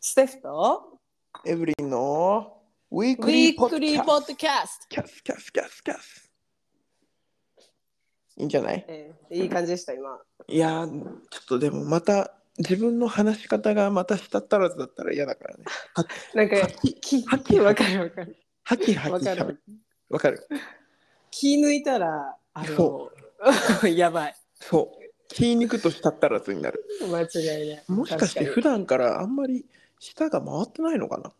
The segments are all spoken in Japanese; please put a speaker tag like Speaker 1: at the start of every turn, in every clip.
Speaker 1: ステフと
Speaker 2: エブリンのウィー
Speaker 1: ウ
Speaker 2: クリ
Speaker 1: ィ
Speaker 2: ーポ
Speaker 1: ー
Speaker 2: ッド
Speaker 1: ク
Speaker 2: キ
Speaker 1: リー
Speaker 2: ャ
Speaker 1: ポ
Speaker 2: ス
Speaker 1: ッドキャスト。
Speaker 2: キャスキャスキャスキャスいいんじゃない
Speaker 1: えーいい感じでした、今。
Speaker 2: いやーちょっとでもまた自分の話し方がまたしたったらずだったら嫌だから ね
Speaker 1: なんか、き、
Speaker 2: はっ
Speaker 1: き、わかるわかる。
Speaker 2: ハキハ
Speaker 1: わ
Speaker 2: キ
Speaker 1: か
Speaker 2: しゃべ
Speaker 1: る
Speaker 2: る。わかる
Speaker 1: 気抜いたら、あ
Speaker 2: そ
Speaker 1: の、 やばい。
Speaker 2: そう筋肉としたったらずになる
Speaker 1: 間違いない。
Speaker 2: もしかして
Speaker 1: 確
Speaker 2: 普段からあんまり舌が回ってないのかな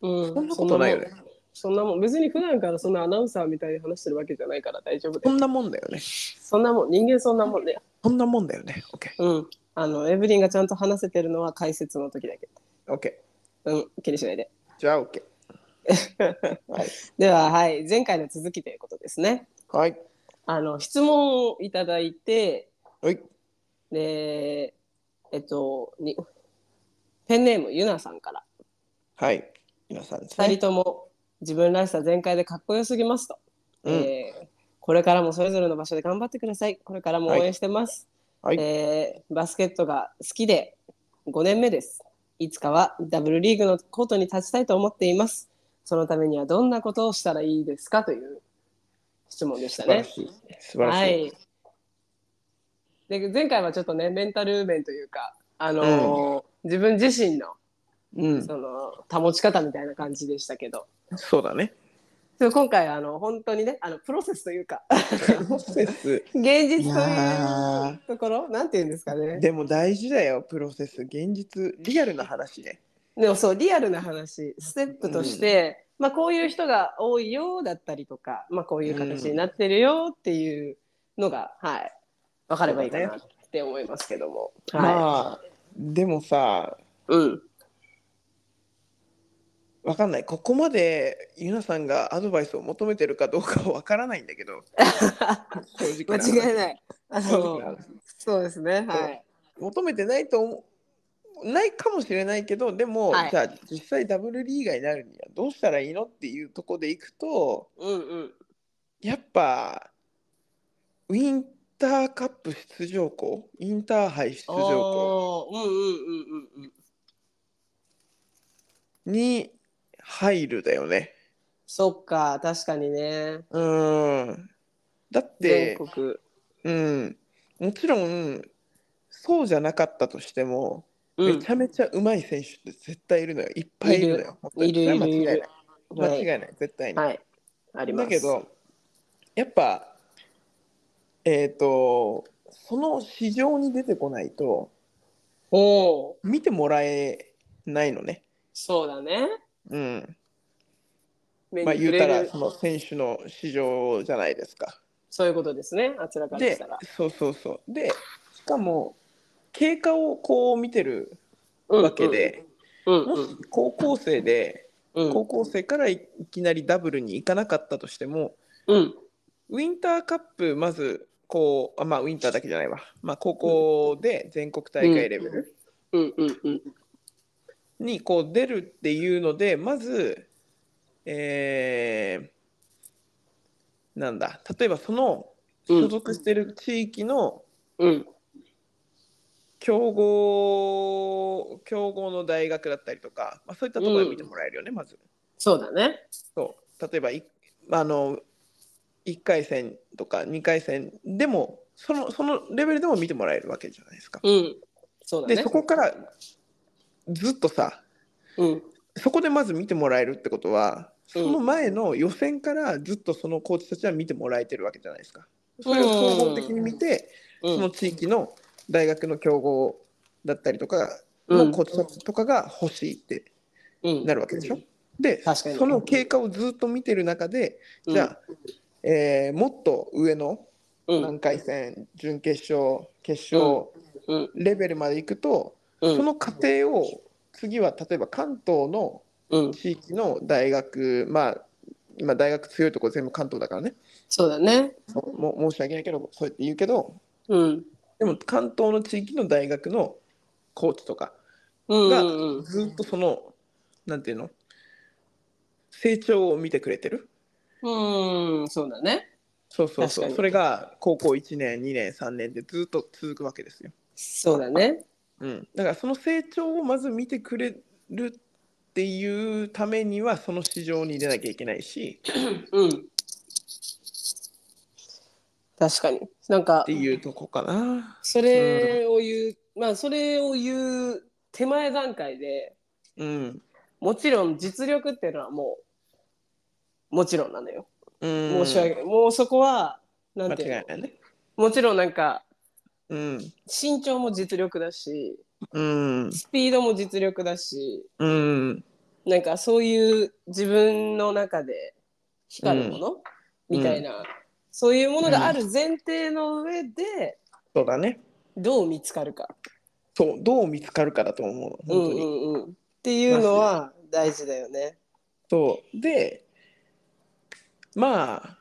Speaker 1: にうん
Speaker 2: そんなことないよね
Speaker 1: そんなもん、そんなもん別に普段からそんなアナウンサーみたいに話してるわけじゃないから大丈夫
Speaker 2: そ
Speaker 1: で
Speaker 2: んなもんだよね
Speaker 1: す。そんなもん、人間そんなもんね。
Speaker 2: そんなもんだよね
Speaker 1: うん。あの、エブリンがちゃんと話せてるのは解説の時だけ。
Speaker 2: OKOK
Speaker 1: うん、気にしないで。
Speaker 2: じゃあ OK はい
Speaker 1: では、はい、前回の続きということですね。
Speaker 2: はい
Speaker 1: あの、質問をいただいて、
Speaker 2: はい
Speaker 1: で、えっと、にペンネームゆなさんから、
Speaker 2: はい皆さんです
Speaker 1: 2人
Speaker 2: ね
Speaker 1: とも自分らしさ全開でかっこよすぎますと、
Speaker 2: うん
Speaker 1: えーこれからもそれぞれの場所で頑張ってください。これからも応援してます。
Speaker 2: はい
Speaker 1: えーバスケットが好きで5年目です。いつかはダブルリーグのコートに立ちたいと思っています。そのためにはどんなことをしたらいいですかという質問でし
Speaker 2: 素
Speaker 1: た
Speaker 2: 晴ら
Speaker 1: ね。
Speaker 2: しい素晴
Speaker 1: は
Speaker 2: らしい
Speaker 1: い。で前回はちょっとねメンタル面というか、あのー自分自身の
Speaker 2: うん
Speaker 1: その保ち方みたいな感じでしたけど、
Speaker 2: そうだね
Speaker 1: そう今回あの本当にねあのプロセスというか
Speaker 2: プロセス
Speaker 1: 現
Speaker 2: い
Speaker 1: 実とい
Speaker 2: や
Speaker 1: うところなんていうんですかね
Speaker 2: ー。でも大事だよプロセス現実リアルな話ね
Speaker 1: でもそうリアルな話ステップとして、まあ、こういう人が多いよだったりとか、まあ、こういう形になってるよっていうのが、はい分かればいいかなって思いますけども。はい
Speaker 2: まあでもさ
Speaker 1: うん
Speaker 2: わかんないここまでゆなさんがアドバイスを求めてるかどうかはわからないんだけど 正直
Speaker 1: 間
Speaker 2: な
Speaker 1: 違いない。あ
Speaker 2: 正直な
Speaker 1: の
Speaker 2: 話
Speaker 1: そうですね。はい。
Speaker 2: 求めてないと思うないかもしれないけどでも、
Speaker 1: はい
Speaker 2: じゃあ実際ダブルリーガーになるにはどうしたらいいのっていうとこでいくと
Speaker 1: うんうん。
Speaker 2: やっぱウィンターカップ出場校インターハイ出場校
Speaker 1: おーうんうんうんうんうん。
Speaker 2: に入るだよね。
Speaker 1: そっか確かにね。
Speaker 2: うーんだって
Speaker 1: 全、国。
Speaker 2: うん、もちろんそうじゃなかったとしても、
Speaker 1: うん
Speaker 2: めちゃめちゃ上手い選手って絶対いるのよいっぱいいるのよ。本当に
Speaker 1: いるいる
Speaker 2: それは間違いな
Speaker 1: いる
Speaker 2: い間違いない絶対に。
Speaker 1: はい。あります。
Speaker 2: だけ。どやっぱえっ、とその市場に出てこないと
Speaker 1: おお。
Speaker 2: 見てもらえないのね。
Speaker 1: そうだね。
Speaker 2: うん、
Speaker 1: 目に
Speaker 2: まあ言
Speaker 1: 触
Speaker 2: う
Speaker 1: れ
Speaker 2: たら
Speaker 1: る
Speaker 2: その選手の市場じゃないですか。
Speaker 1: そういうことですね。あちらからし
Speaker 2: で
Speaker 1: たら。
Speaker 2: そうそうそうでしかも経過をこう見てる
Speaker 1: うん
Speaker 2: わけで、
Speaker 1: うん
Speaker 2: も
Speaker 1: う
Speaker 2: し
Speaker 1: ん
Speaker 2: 高校生で
Speaker 1: うん
Speaker 2: 高校生からいいきなりダブルに行かなかったとしても
Speaker 1: うん
Speaker 2: ウィンターカップまずこうあまあウィンターだけじゃないわ、まあ、高校で全国大会レベル
Speaker 1: うんうんうん
Speaker 2: にこう出るっていうのでまずえーなんだ例えばその所属してる地域の
Speaker 1: うん
Speaker 2: 強豪強豪の大学だったりとか、まあ、そういったところで見てもらえるよね、まず。
Speaker 1: そうだね。
Speaker 2: そう例えばいあの1回戦とか2回戦でもそのそのレベルでも見てもらえるわけじゃないですか。
Speaker 1: うん。そうだね。
Speaker 2: でそこからずっとさ
Speaker 1: うん
Speaker 2: そこでまず見てもらえるってことはその前の予選からずっとそのコーチたちは見てもらえてるわけじゃないですか。それを総合的に見て、
Speaker 1: う
Speaker 2: その
Speaker 1: ん
Speaker 2: 地域の大学の強豪だったりとか
Speaker 1: う
Speaker 2: の
Speaker 1: ん
Speaker 2: コーチたちとかが欲しいって
Speaker 1: うん
Speaker 2: なるわけでしょ。で
Speaker 1: 確かに
Speaker 2: その経過をずっと見てる中で
Speaker 1: うん
Speaker 2: じゃあ、えーもっと上の
Speaker 1: うん
Speaker 2: 何回戦、準決勝、決勝
Speaker 1: うん
Speaker 2: レベルまで行くと、
Speaker 1: うん
Speaker 2: その過程を次は例えば関東の
Speaker 1: うん
Speaker 2: 地域の大学、まあ、今大学強いとこ全部関東だからね、
Speaker 1: そうだね。
Speaker 2: そうも申し訳ないけど、そうやって言うけど、
Speaker 1: うん
Speaker 2: でも関東の地域の大学のコーチとか
Speaker 1: うんう
Speaker 2: が
Speaker 1: んうん。
Speaker 2: ずっとその、なんていうの、成長を見てくれてる。
Speaker 1: うん、そうだね。
Speaker 2: そうそう
Speaker 1: 確
Speaker 2: そ
Speaker 1: か
Speaker 2: う。
Speaker 1: に
Speaker 2: それが高校1年、2年、3年でずっと続くわけですよ。
Speaker 1: そうだね。
Speaker 2: うん、だからその成長をまず見てくれるっていうためにはその市場に出なきゃいけないしっ
Speaker 1: うん。確かに。なんか
Speaker 2: て、いうとこかな。
Speaker 1: それを言う、まあ、それを言う手前段階で
Speaker 2: うん。
Speaker 1: もちろん実力っていうのはもう、もちろんなのよ。
Speaker 2: うん、
Speaker 1: 申し訳ない。もうそこは、なんていう
Speaker 2: 間
Speaker 1: の
Speaker 2: 違いないね。
Speaker 1: もちろんなんか、
Speaker 2: うん。
Speaker 1: 身長も実力だし、
Speaker 2: うん。
Speaker 1: スピードも実力だし、
Speaker 2: うん。
Speaker 1: なんかそういう自分の中で光るもの、みたいな、そういうものがある前提の上で、
Speaker 2: そうだね。
Speaker 1: どう見つかるか、
Speaker 2: そう、どう見つかるかだと思う
Speaker 1: う
Speaker 2: の。
Speaker 1: ん
Speaker 2: 本当に。
Speaker 1: うんうん、っていうのは大事だよね。
Speaker 2: そう。で、まあ、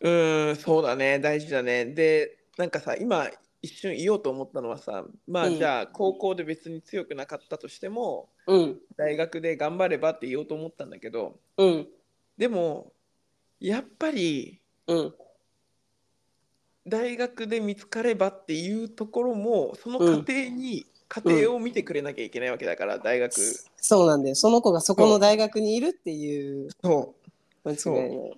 Speaker 2: うーん、そうだね、大事だね。で、なんかさ、今、一瞬言おうと思ったのはさ、まあ、
Speaker 1: うん
Speaker 2: じゃあ、高校で別に強くなかったとしても、
Speaker 1: うん
Speaker 2: 大学で頑張ればって言おうと思ったんだけど、
Speaker 1: うん
Speaker 2: でも、やっぱり、
Speaker 1: うん
Speaker 2: 大学で見つかればっていうところも、その過程に、過程を見てくれなきゃいけないわけだから、大学。
Speaker 1: そうなんだよその子がそこの大学にいるっていう
Speaker 2: そう。
Speaker 1: 間違いない。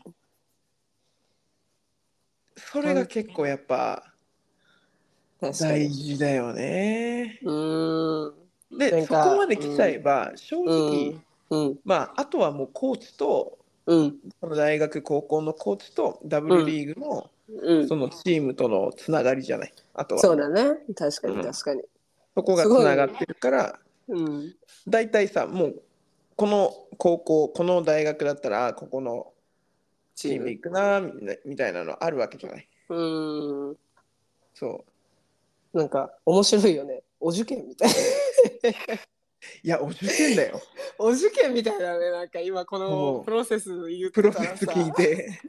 Speaker 2: それが結構やっぱ
Speaker 1: 確か
Speaker 2: 大
Speaker 1: に
Speaker 2: 事だよね。
Speaker 1: うーんな
Speaker 2: で
Speaker 1: ん
Speaker 2: そ
Speaker 1: か
Speaker 2: こまで来ちゃえば正直、
Speaker 1: うんうん
Speaker 2: まああとはもうコーチと
Speaker 1: うん
Speaker 2: その大学高校のコーチとダブルリーグの
Speaker 1: うん
Speaker 2: そのチームとのつながりじゃない、あとは
Speaker 1: そ
Speaker 2: そう
Speaker 1: だね確か
Speaker 2: う
Speaker 1: に
Speaker 2: ん
Speaker 1: 確かに。
Speaker 2: こがつながってるから
Speaker 1: うん
Speaker 2: 大体さもうこの高校この大学だったらあここのチーム行くなみたいなみたいなのあるわけじゃない。
Speaker 1: うん
Speaker 2: そう
Speaker 1: なんか面白いよねお受験みたいな
Speaker 2: いやお受験 だよ
Speaker 1: お受験みたいだねなんか今このプロセス言っ
Speaker 2: プ
Speaker 1: て
Speaker 2: ロ
Speaker 1: た
Speaker 2: セ
Speaker 1: ら
Speaker 2: ス
Speaker 1: さ
Speaker 2: 聞いて。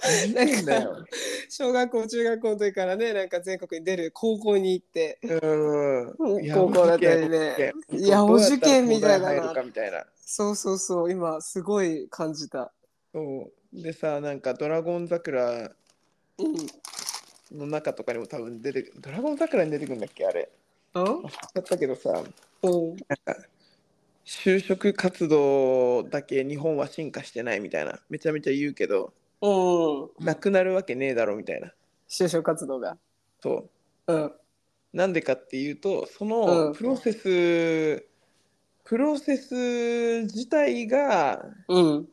Speaker 2: お受験だよ。
Speaker 1: 小学校中学校の時からねなんか全国に出る高校に行って
Speaker 2: うんいや
Speaker 1: 高校だったりねいやお受験みたいだ
Speaker 2: どうや
Speaker 1: な
Speaker 2: ったら東大入るかみたいな。
Speaker 1: そうそうそう今すごい感じた。
Speaker 2: そうでさなんか「ドラゴン桜
Speaker 1: うん、」
Speaker 2: の中とかにも多分出てくる「ドラゴン桜」に出てくるんだっけあれ
Speaker 1: うん
Speaker 2: 忘れちゃったけどさ
Speaker 1: うん
Speaker 2: 就職活動だけ日本は進化してないみたいなめちゃめちゃ言うけど
Speaker 1: うん、
Speaker 2: なくなるわけねえだろみたいな
Speaker 1: 就職活動が。
Speaker 2: そう
Speaker 1: うん、
Speaker 2: なんでかっていうとそうの
Speaker 1: ん
Speaker 2: プロセス、プロセス自体が
Speaker 1: うん、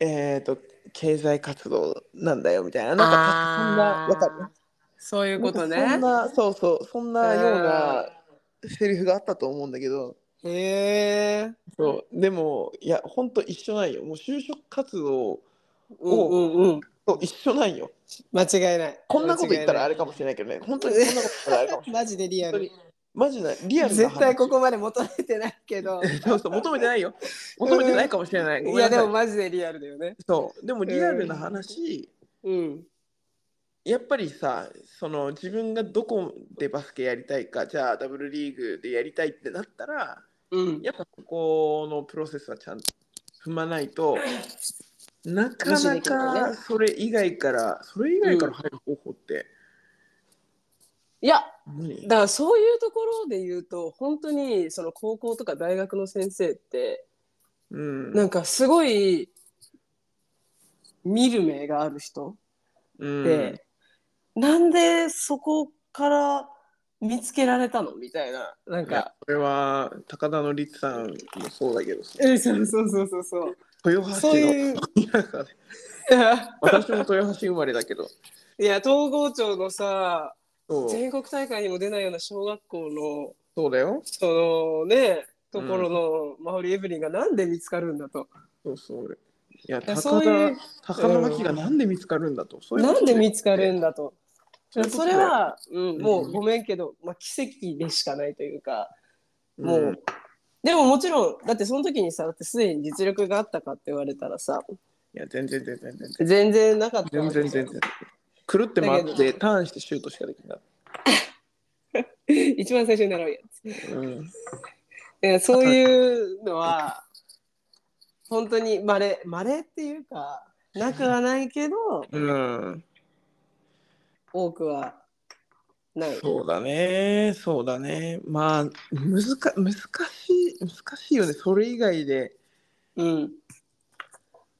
Speaker 2: えー、と経済活動なんだよみたいななんかそんなわかる
Speaker 1: そういうこと
Speaker 2: な
Speaker 1: ね
Speaker 2: ん。かそんなそうそうそんなようなセリフがあったと思うんだけど
Speaker 1: へえ。
Speaker 2: そうでもいやほんと一緒ないよもう就職活動
Speaker 1: うんうんうん。
Speaker 2: と一緒ないよ
Speaker 1: 間違いない。
Speaker 2: こんなこと言ったらあ
Speaker 1: れ。
Speaker 2: れかもしれないけどね本当にこんなこと言ったらあれかもしれない
Speaker 1: マジでリアル。
Speaker 2: マジなリアルな話
Speaker 1: 絶対ここまで求めてないけ ど。
Speaker 2: そうそう求めてないよ求めてないかもしれないご
Speaker 1: い
Speaker 2: めんな
Speaker 1: や
Speaker 2: さい
Speaker 1: でもマジでリアルだよね。
Speaker 2: そうでもリアルな話、
Speaker 1: うん。
Speaker 2: やっぱりさその自分がどこでバスケやりたいかじゃあダブルリーグでやりたいってなったら
Speaker 1: うん。
Speaker 2: やっぱここのプロセスはちゃんと踏まない となか
Speaker 1: 無視
Speaker 2: な
Speaker 1: できない
Speaker 2: か
Speaker 1: ね
Speaker 2: それ以外からそれ以外から入る方法って
Speaker 1: いや、
Speaker 2: 何
Speaker 1: だからそういうところで言うと、本当にその高校とか大学の先生って、
Speaker 2: うん
Speaker 1: なんかすごい見る目がある人
Speaker 2: うん
Speaker 1: で、なんでそこから見つけられたのみたいななん
Speaker 2: いや
Speaker 1: か、
Speaker 2: これは高田の律さんもそうだけどさ
Speaker 1: えそうそうそうそうそう
Speaker 2: 豊橋
Speaker 1: そう
Speaker 2: の
Speaker 1: いう
Speaker 2: 中で私も豊橋生まれだけど
Speaker 1: いや東郷町のさ
Speaker 2: そう
Speaker 1: 全国大会にも出ないような小学校の
Speaker 2: そうだよ
Speaker 1: そのねところのマホリーエブリンがなんで見つかるんだと、
Speaker 2: そうそう。いや、
Speaker 1: いや
Speaker 2: 高
Speaker 1: そういう
Speaker 2: 田、高田真希がなんで見つかるんだと。そういうこ
Speaker 1: な
Speaker 2: と
Speaker 1: んで
Speaker 2: だよ
Speaker 1: 見つかるんだと
Speaker 2: そういうこと
Speaker 1: それ
Speaker 2: だよ
Speaker 1: は、うん、もううんごめんけど、まあ、奇跡でしかないというか、
Speaker 2: うん
Speaker 1: もうでももちろんだってその時にさだってすでに実力があったかって言われたらさ
Speaker 2: いや、全然全然全然。
Speaker 1: 全然なかった
Speaker 2: 全
Speaker 1: わけ
Speaker 2: 然
Speaker 1: じゃん
Speaker 2: 全然。狂って回っ
Speaker 1: だけ
Speaker 2: て、ターンしてシュートしかできない。
Speaker 1: 一番最初に習うやつ
Speaker 2: うん。
Speaker 1: で。そういうのは本当にまれまれっていうかなくはないけど
Speaker 2: うん。
Speaker 1: 多くはない。
Speaker 2: そうだね、そうだね。まあ、難か難しい、難しいよね。それ以外で
Speaker 1: うん。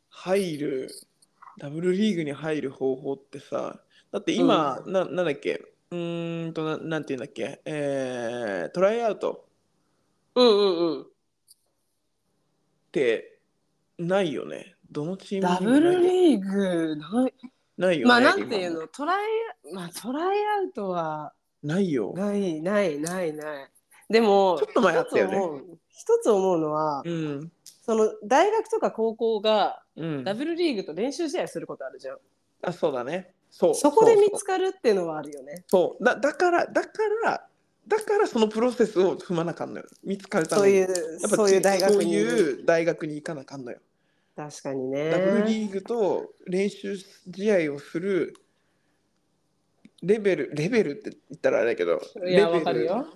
Speaker 2: 入る、ダブルリーグに入る方法ってさ、だって今、ななんだっけ、うーんとな、なんていうんだっけ、えー、トライアウト
Speaker 1: うんうんうん。
Speaker 2: ってないよね。どのチーム
Speaker 1: ダ
Speaker 2: にも
Speaker 1: ブ
Speaker 2: ない
Speaker 1: ルリーグない。
Speaker 2: ないよね。
Speaker 1: まあなんていう
Speaker 2: 今
Speaker 1: のトライアまあトライアウトは
Speaker 2: ないよ。
Speaker 1: ないないないない。でも
Speaker 2: ちょっと前あったよ
Speaker 1: 一
Speaker 2: ね
Speaker 1: つ思う一つ思うのは、
Speaker 2: うん。
Speaker 1: その大学とか高校が
Speaker 2: うん
Speaker 1: ダ。ブルリーグと練習試合することあるじゃん。
Speaker 2: あ、そうだね。そう。
Speaker 1: そこで
Speaker 2: そう
Speaker 1: 見つかるっていうのはあるよね。
Speaker 2: そうだだからだからだからそのプロセスを踏まなあかんのよ見つかるた
Speaker 1: そう
Speaker 2: めに
Speaker 1: い
Speaker 2: や
Speaker 1: う
Speaker 2: っぱ
Speaker 1: そういう大学に
Speaker 2: そういう大学に行かなあかんのよ、
Speaker 1: 確かに
Speaker 2: ダブル
Speaker 1: ね。
Speaker 2: リーグと練習試合をするレベルレベルって言ったらあれだけど
Speaker 1: い
Speaker 2: レ
Speaker 1: や
Speaker 2: ベ
Speaker 1: わかる
Speaker 2: ル
Speaker 1: よ。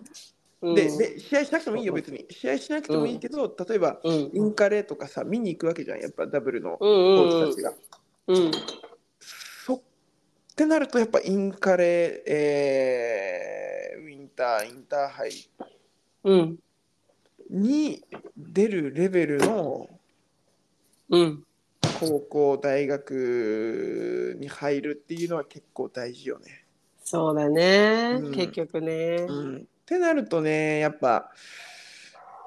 Speaker 1: うん
Speaker 2: でで試合しなくてもいいよ別に試合しなくてもいいけど、例えば
Speaker 1: うん
Speaker 2: インカレとかさ見に行くわけじゃんやっぱダブル
Speaker 1: う
Speaker 2: の
Speaker 1: ん
Speaker 2: コ
Speaker 1: うんうん
Speaker 2: ーチたちが、
Speaker 1: うん
Speaker 2: そってなるとやっぱインカレ、えーウィンターインターハイ
Speaker 1: うん
Speaker 2: に出るレベルの
Speaker 1: うん
Speaker 2: 高校大学に入るっていうのは結構大事よね。
Speaker 1: そうだね、
Speaker 2: うん
Speaker 1: 結局ね。
Speaker 2: うん、ってなるとねやっぱ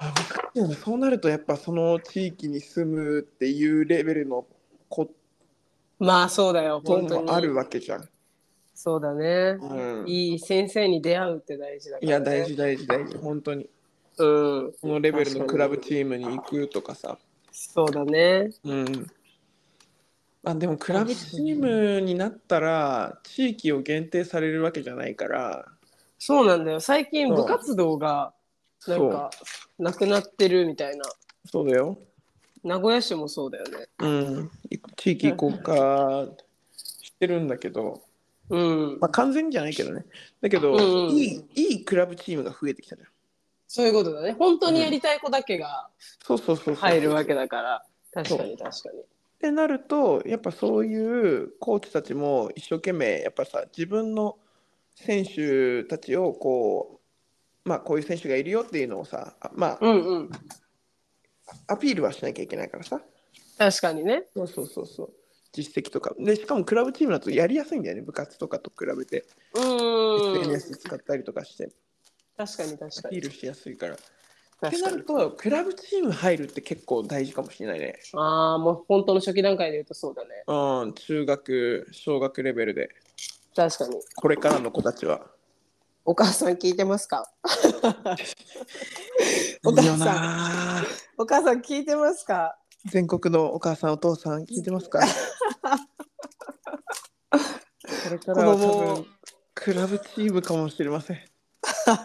Speaker 2: あ難しいよねそうなるとやっぱその地域に住むっていうレベルのこ
Speaker 1: まあそうだよ
Speaker 2: と
Speaker 1: 本当に
Speaker 2: もあるわけじゃん。
Speaker 1: そうだね、
Speaker 2: うん、い
Speaker 1: いい先生に出会うって大事だから、ね、
Speaker 2: や大事大事大事本当に。
Speaker 1: うん
Speaker 2: このレベルのクラブチームに行くとかさ。
Speaker 1: そうだね
Speaker 2: うんあでもクラブチームになったら地域を限定されるわけじゃないから
Speaker 1: そうなんだよ最近
Speaker 2: そう
Speaker 1: 部活動がなんかなくなってるみたいな
Speaker 2: そうだよ、
Speaker 1: 名古屋市もそうだよね
Speaker 2: うん、地域移行化してるんだけど、
Speaker 1: うん
Speaker 2: まあ、完全にじゃないけどねだけど、
Speaker 1: うんうん
Speaker 2: いいいいクラブチームが増えてきたじゃん
Speaker 1: そういうことだね本当にやりたい子だけが
Speaker 2: そうそうそうそう
Speaker 1: 入るわけ
Speaker 2: っ
Speaker 1: だから確かに確か
Speaker 2: てなるとやっぱそういうコーチたちも一生懸命やっぱさ自分の選手たちをこうまあこういう選手がいるよっていうのをさあまあ
Speaker 1: にうんうん
Speaker 2: アピールはしなきゃいけないからさ
Speaker 1: 確かにね
Speaker 2: そうそうそうそう実績とかでしかもクラブチームだとやりやすいんだよね部活とかと比べて、
Speaker 1: うん
Speaker 2: SNS 使ったりとかして
Speaker 1: 確かに確
Speaker 2: ア
Speaker 1: か
Speaker 2: ピ
Speaker 1: に
Speaker 2: ールしやすいからって
Speaker 1: 確
Speaker 2: な
Speaker 1: かに
Speaker 2: るとクラブチーム入るって結構大事かもしれないね
Speaker 1: ああもう本当の初期段階で言うとそうだね
Speaker 2: うん中学小学レベルで
Speaker 1: 確かに
Speaker 2: これからの子たちは
Speaker 1: お母さん聞いてますかお
Speaker 2: いい
Speaker 1: 母さ
Speaker 2: よ
Speaker 1: ん
Speaker 2: なー
Speaker 1: お母さん聞いてますか
Speaker 2: 全国のお母さんお父さん聞いてますかこれからは
Speaker 1: 子
Speaker 2: 多
Speaker 1: 供
Speaker 2: 分クラブチームかもしれませ ん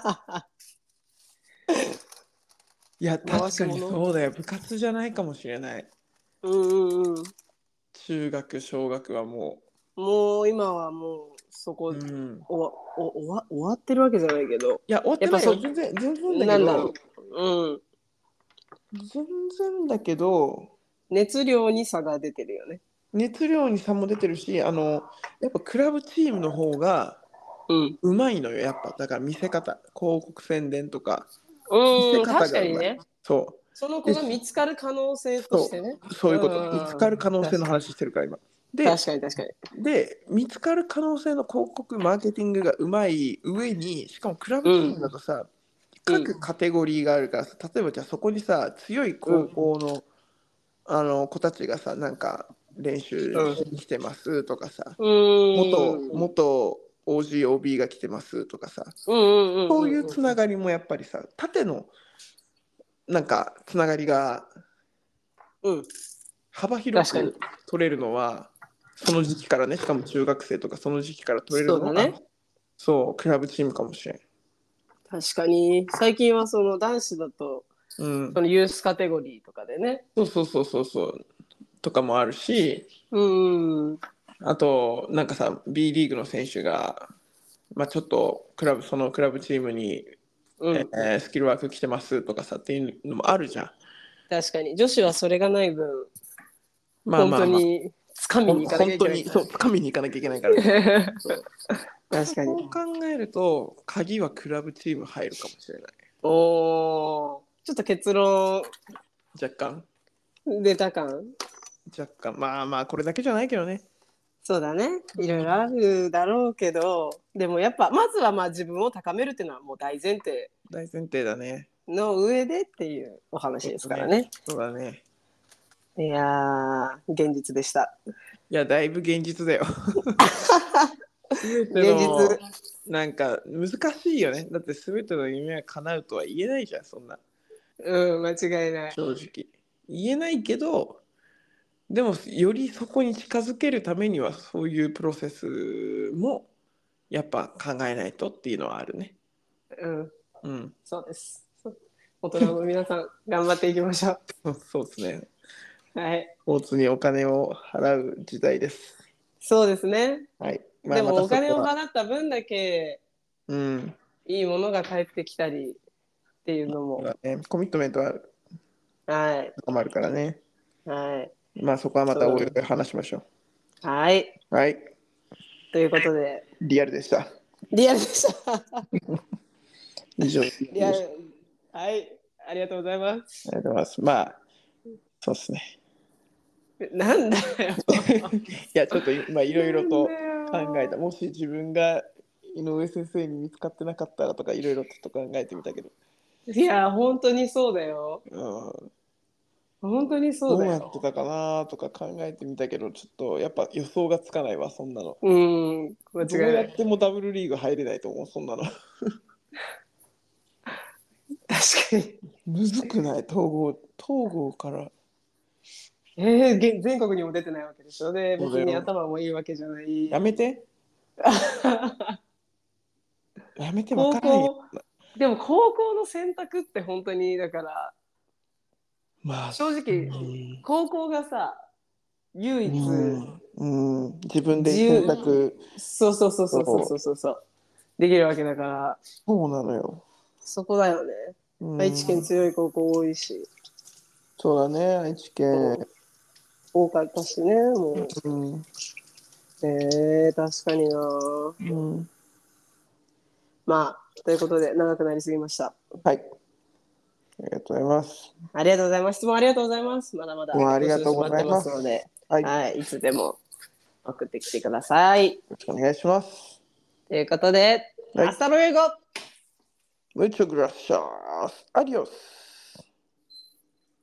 Speaker 2: いや
Speaker 1: 回
Speaker 2: 確
Speaker 1: し
Speaker 2: か
Speaker 1: 物
Speaker 2: にそうだよ部活じゃないかもしれない
Speaker 1: うんうんうん
Speaker 2: 中学小学はも
Speaker 1: もう今はもうそこ、
Speaker 2: う、うん、
Speaker 1: おわおおわ終わってるわけじゃないけど
Speaker 2: いや終わってないよ
Speaker 1: やっぱ
Speaker 2: 全然全然だ
Speaker 1: な
Speaker 2: け
Speaker 1: んだろ
Speaker 2: ど
Speaker 1: う、うん、
Speaker 2: 全然だけど
Speaker 1: 熱量に差が出てるよね
Speaker 2: 熱量に差も出てるしあのやっぱクラブチームの方が
Speaker 1: うん
Speaker 2: うまいのよやっぱだから見せ方広告宣伝とか 見
Speaker 1: う
Speaker 2: せ
Speaker 1: ん
Speaker 2: 方が
Speaker 1: 確かにね
Speaker 2: そ
Speaker 1: その子が見つかる可能性としてね
Speaker 2: うそういうこ
Speaker 1: うん
Speaker 2: と見つかる可能性の話してるから今で
Speaker 1: 確かに確かに
Speaker 2: で見つかる可能性の広告マーケティングがうまい上にしかもクラブチームだとさ、
Speaker 1: うん
Speaker 2: 各カテゴリーがあるからさ例えばじゃあそこにさ強い高校の,、あの子たちがさなんか練習しに来てますとかさ、
Speaker 1: うん
Speaker 2: 元元 OGOB が来てますとかさ
Speaker 1: うんうんうんん
Speaker 2: そういうつながりもやっぱりさ縦のなんかつながりが
Speaker 1: うん
Speaker 2: 幅広
Speaker 1: 確
Speaker 2: く取れるのはその時期からねしかも中学生とかその時期から取れる
Speaker 1: そ
Speaker 2: の
Speaker 1: うだ
Speaker 2: が
Speaker 1: ね
Speaker 2: そうクラブチームかもしれん、
Speaker 1: 確かに最近はその男子だと
Speaker 2: うん
Speaker 1: そ、のユースカテゴリーとかでね
Speaker 2: そうそうそうそうそうとかもあるし
Speaker 1: うん
Speaker 2: あとなんかさ B リーグの選手が、まあ、ちょっとクラブそのクラブチームに、
Speaker 1: うん
Speaker 2: えースキルワーク来てますとかさっていうのもあるじゃん。
Speaker 1: 確かに女子はそれがない分
Speaker 2: まあ
Speaker 1: 本
Speaker 2: まあ、
Speaker 1: 当
Speaker 2: まあ、
Speaker 1: に掴みに行かなきゃいけ
Speaker 2: 本当
Speaker 1: ない
Speaker 2: に
Speaker 1: か
Speaker 2: そ
Speaker 1: ら
Speaker 2: う掴みに行かなきゃいけないからそう
Speaker 1: 確か
Speaker 2: そう
Speaker 1: に。
Speaker 2: 考えると鍵はクラブチーム入るかもしれない
Speaker 1: おおー。ちょっと結論
Speaker 2: 若干
Speaker 1: 出た感
Speaker 2: 若干まあまあこれだけじゃないけどね
Speaker 1: そうだね。いろいろあるだろうけど、でもやっぱ、まずはまあ自分を高めるっていうのはもう大前提
Speaker 2: 大前提だね
Speaker 1: の上でっていうお話ですからね。
Speaker 2: そうだね
Speaker 1: いやー、現実でした。
Speaker 2: いやだいぶ現 実だよ全て
Speaker 1: 現
Speaker 2: の
Speaker 1: 実。
Speaker 2: なんか難しいよねだって全ての夢は叶うとは言えないじゃんそんな
Speaker 1: うん、間違いない。
Speaker 2: 正直言えないけどでもよりそこに近づけるためにはそういうプロセスもやっぱ考えないとっていうのはあるね
Speaker 1: うん、
Speaker 2: うん
Speaker 1: そうです。大人の皆さん、頑張っていきましょ
Speaker 2: そうそうですね
Speaker 1: う。はい。
Speaker 2: スポーツにお金を払う時代です
Speaker 1: そうですね。
Speaker 2: はい、
Speaker 1: でもお金を
Speaker 2: 払
Speaker 1: 払った分だけ
Speaker 2: うん
Speaker 1: いいものが返ってきたりっていうの
Speaker 2: そう
Speaker 1: も、
Speaker 2: だね、コミットメントは
Speaker 1: はい
Speaker 2: 余るからね
Speaker 1: はい
Speaker 2: まあそこはまたおいおい話しましょ
Speaker 1: はい。
Speaker 2: うはい
Speaker 1: ということで、
Speaker 2: リアルでした
Speaker 1: リアルでした。
Speaker 2: 以上です
Speaker 1: リアルはい、ありがとうございます。
Speaker 2: ありがとうございますまあそうで すね
Speaker 1: なんだよ。
Speaker 2: いやちょっと今いろいろと考えた
Speaker 1: も
Speaker 2: もし自分が井上先生に見つかってなかったらとかいろいろちょっと考えてみたけど、
Speaker 1: ん。いや、本当にそうだよ。
Speaker 2: うん、ど
Speaker 1: 本当にそう
Speaker 2: う
Speaker 1: だ
Speaker 2: やって
Speaker 1: よ。
Speaker 2: たかなとか考えてみたけどちょっとやっぱ予想がつかないわそんなの
Speaker 1: うん、間
Speaker 2: ど
Speaker 1: 違
Speaker 2: う
Speaker 1: いな
Speaker 2: や
Speaker 1: い
Speaker 2: っ。てもダブルリーグ入れないと思うそんなの
Speaker 1: 確かに。
Speaker 2: むずくない統合統合から
Speaker 1: えー、げ全国にも出てないわけでしょで別
Speaker 2: そうだよ
Speaker 1: に頭もいいわけじゃない
Speaker 2: やめ てやめてわ
Speaker 1: 高
Speaker 2: からんよ
Speaker 1: 校でも高校の選択って本当にだから
Speaker 2: まあ
Speaker 1: 正直
Speaker 2: うん
Speaker 1: 高校がさ唯一、
Speaker 2: うん、うん自分で選択
Speaker 1: そうそうそうそうそうそうそうできるわけだから
Speaker 2: そうなのよ、
Speaker 1: そこだよね、
Speaker 2: うん
Speaker 1: 愛知県強い高校多いし
Speaker 2: そうだね愛知県
Speaker 1: 多かったしねもう
Speaker 2: うん、
Speaker 1: えー、確かにな
Speaker 2: うん、
Speaker 1: まあということで長くなりすぎました
Speaker 2: はいありがとうございます
Speaker 1: ありがとうございます質問ありがとうございますまだまだ
Speaker 2: もうありがとうございま
Speaker 1: 募集し待っ
Speaker 2: す
Speaker 1: てので
Speaker 2: はい、よ
Speaker 1: はい、いつでも送ってきてください。
Speaker 2: ろしくお願いします
Speaker 1: ということで、
Speaker 2: はい
Speaker 1: アスタロエゴ
Speaker 2: ムチョグラシャスアディオス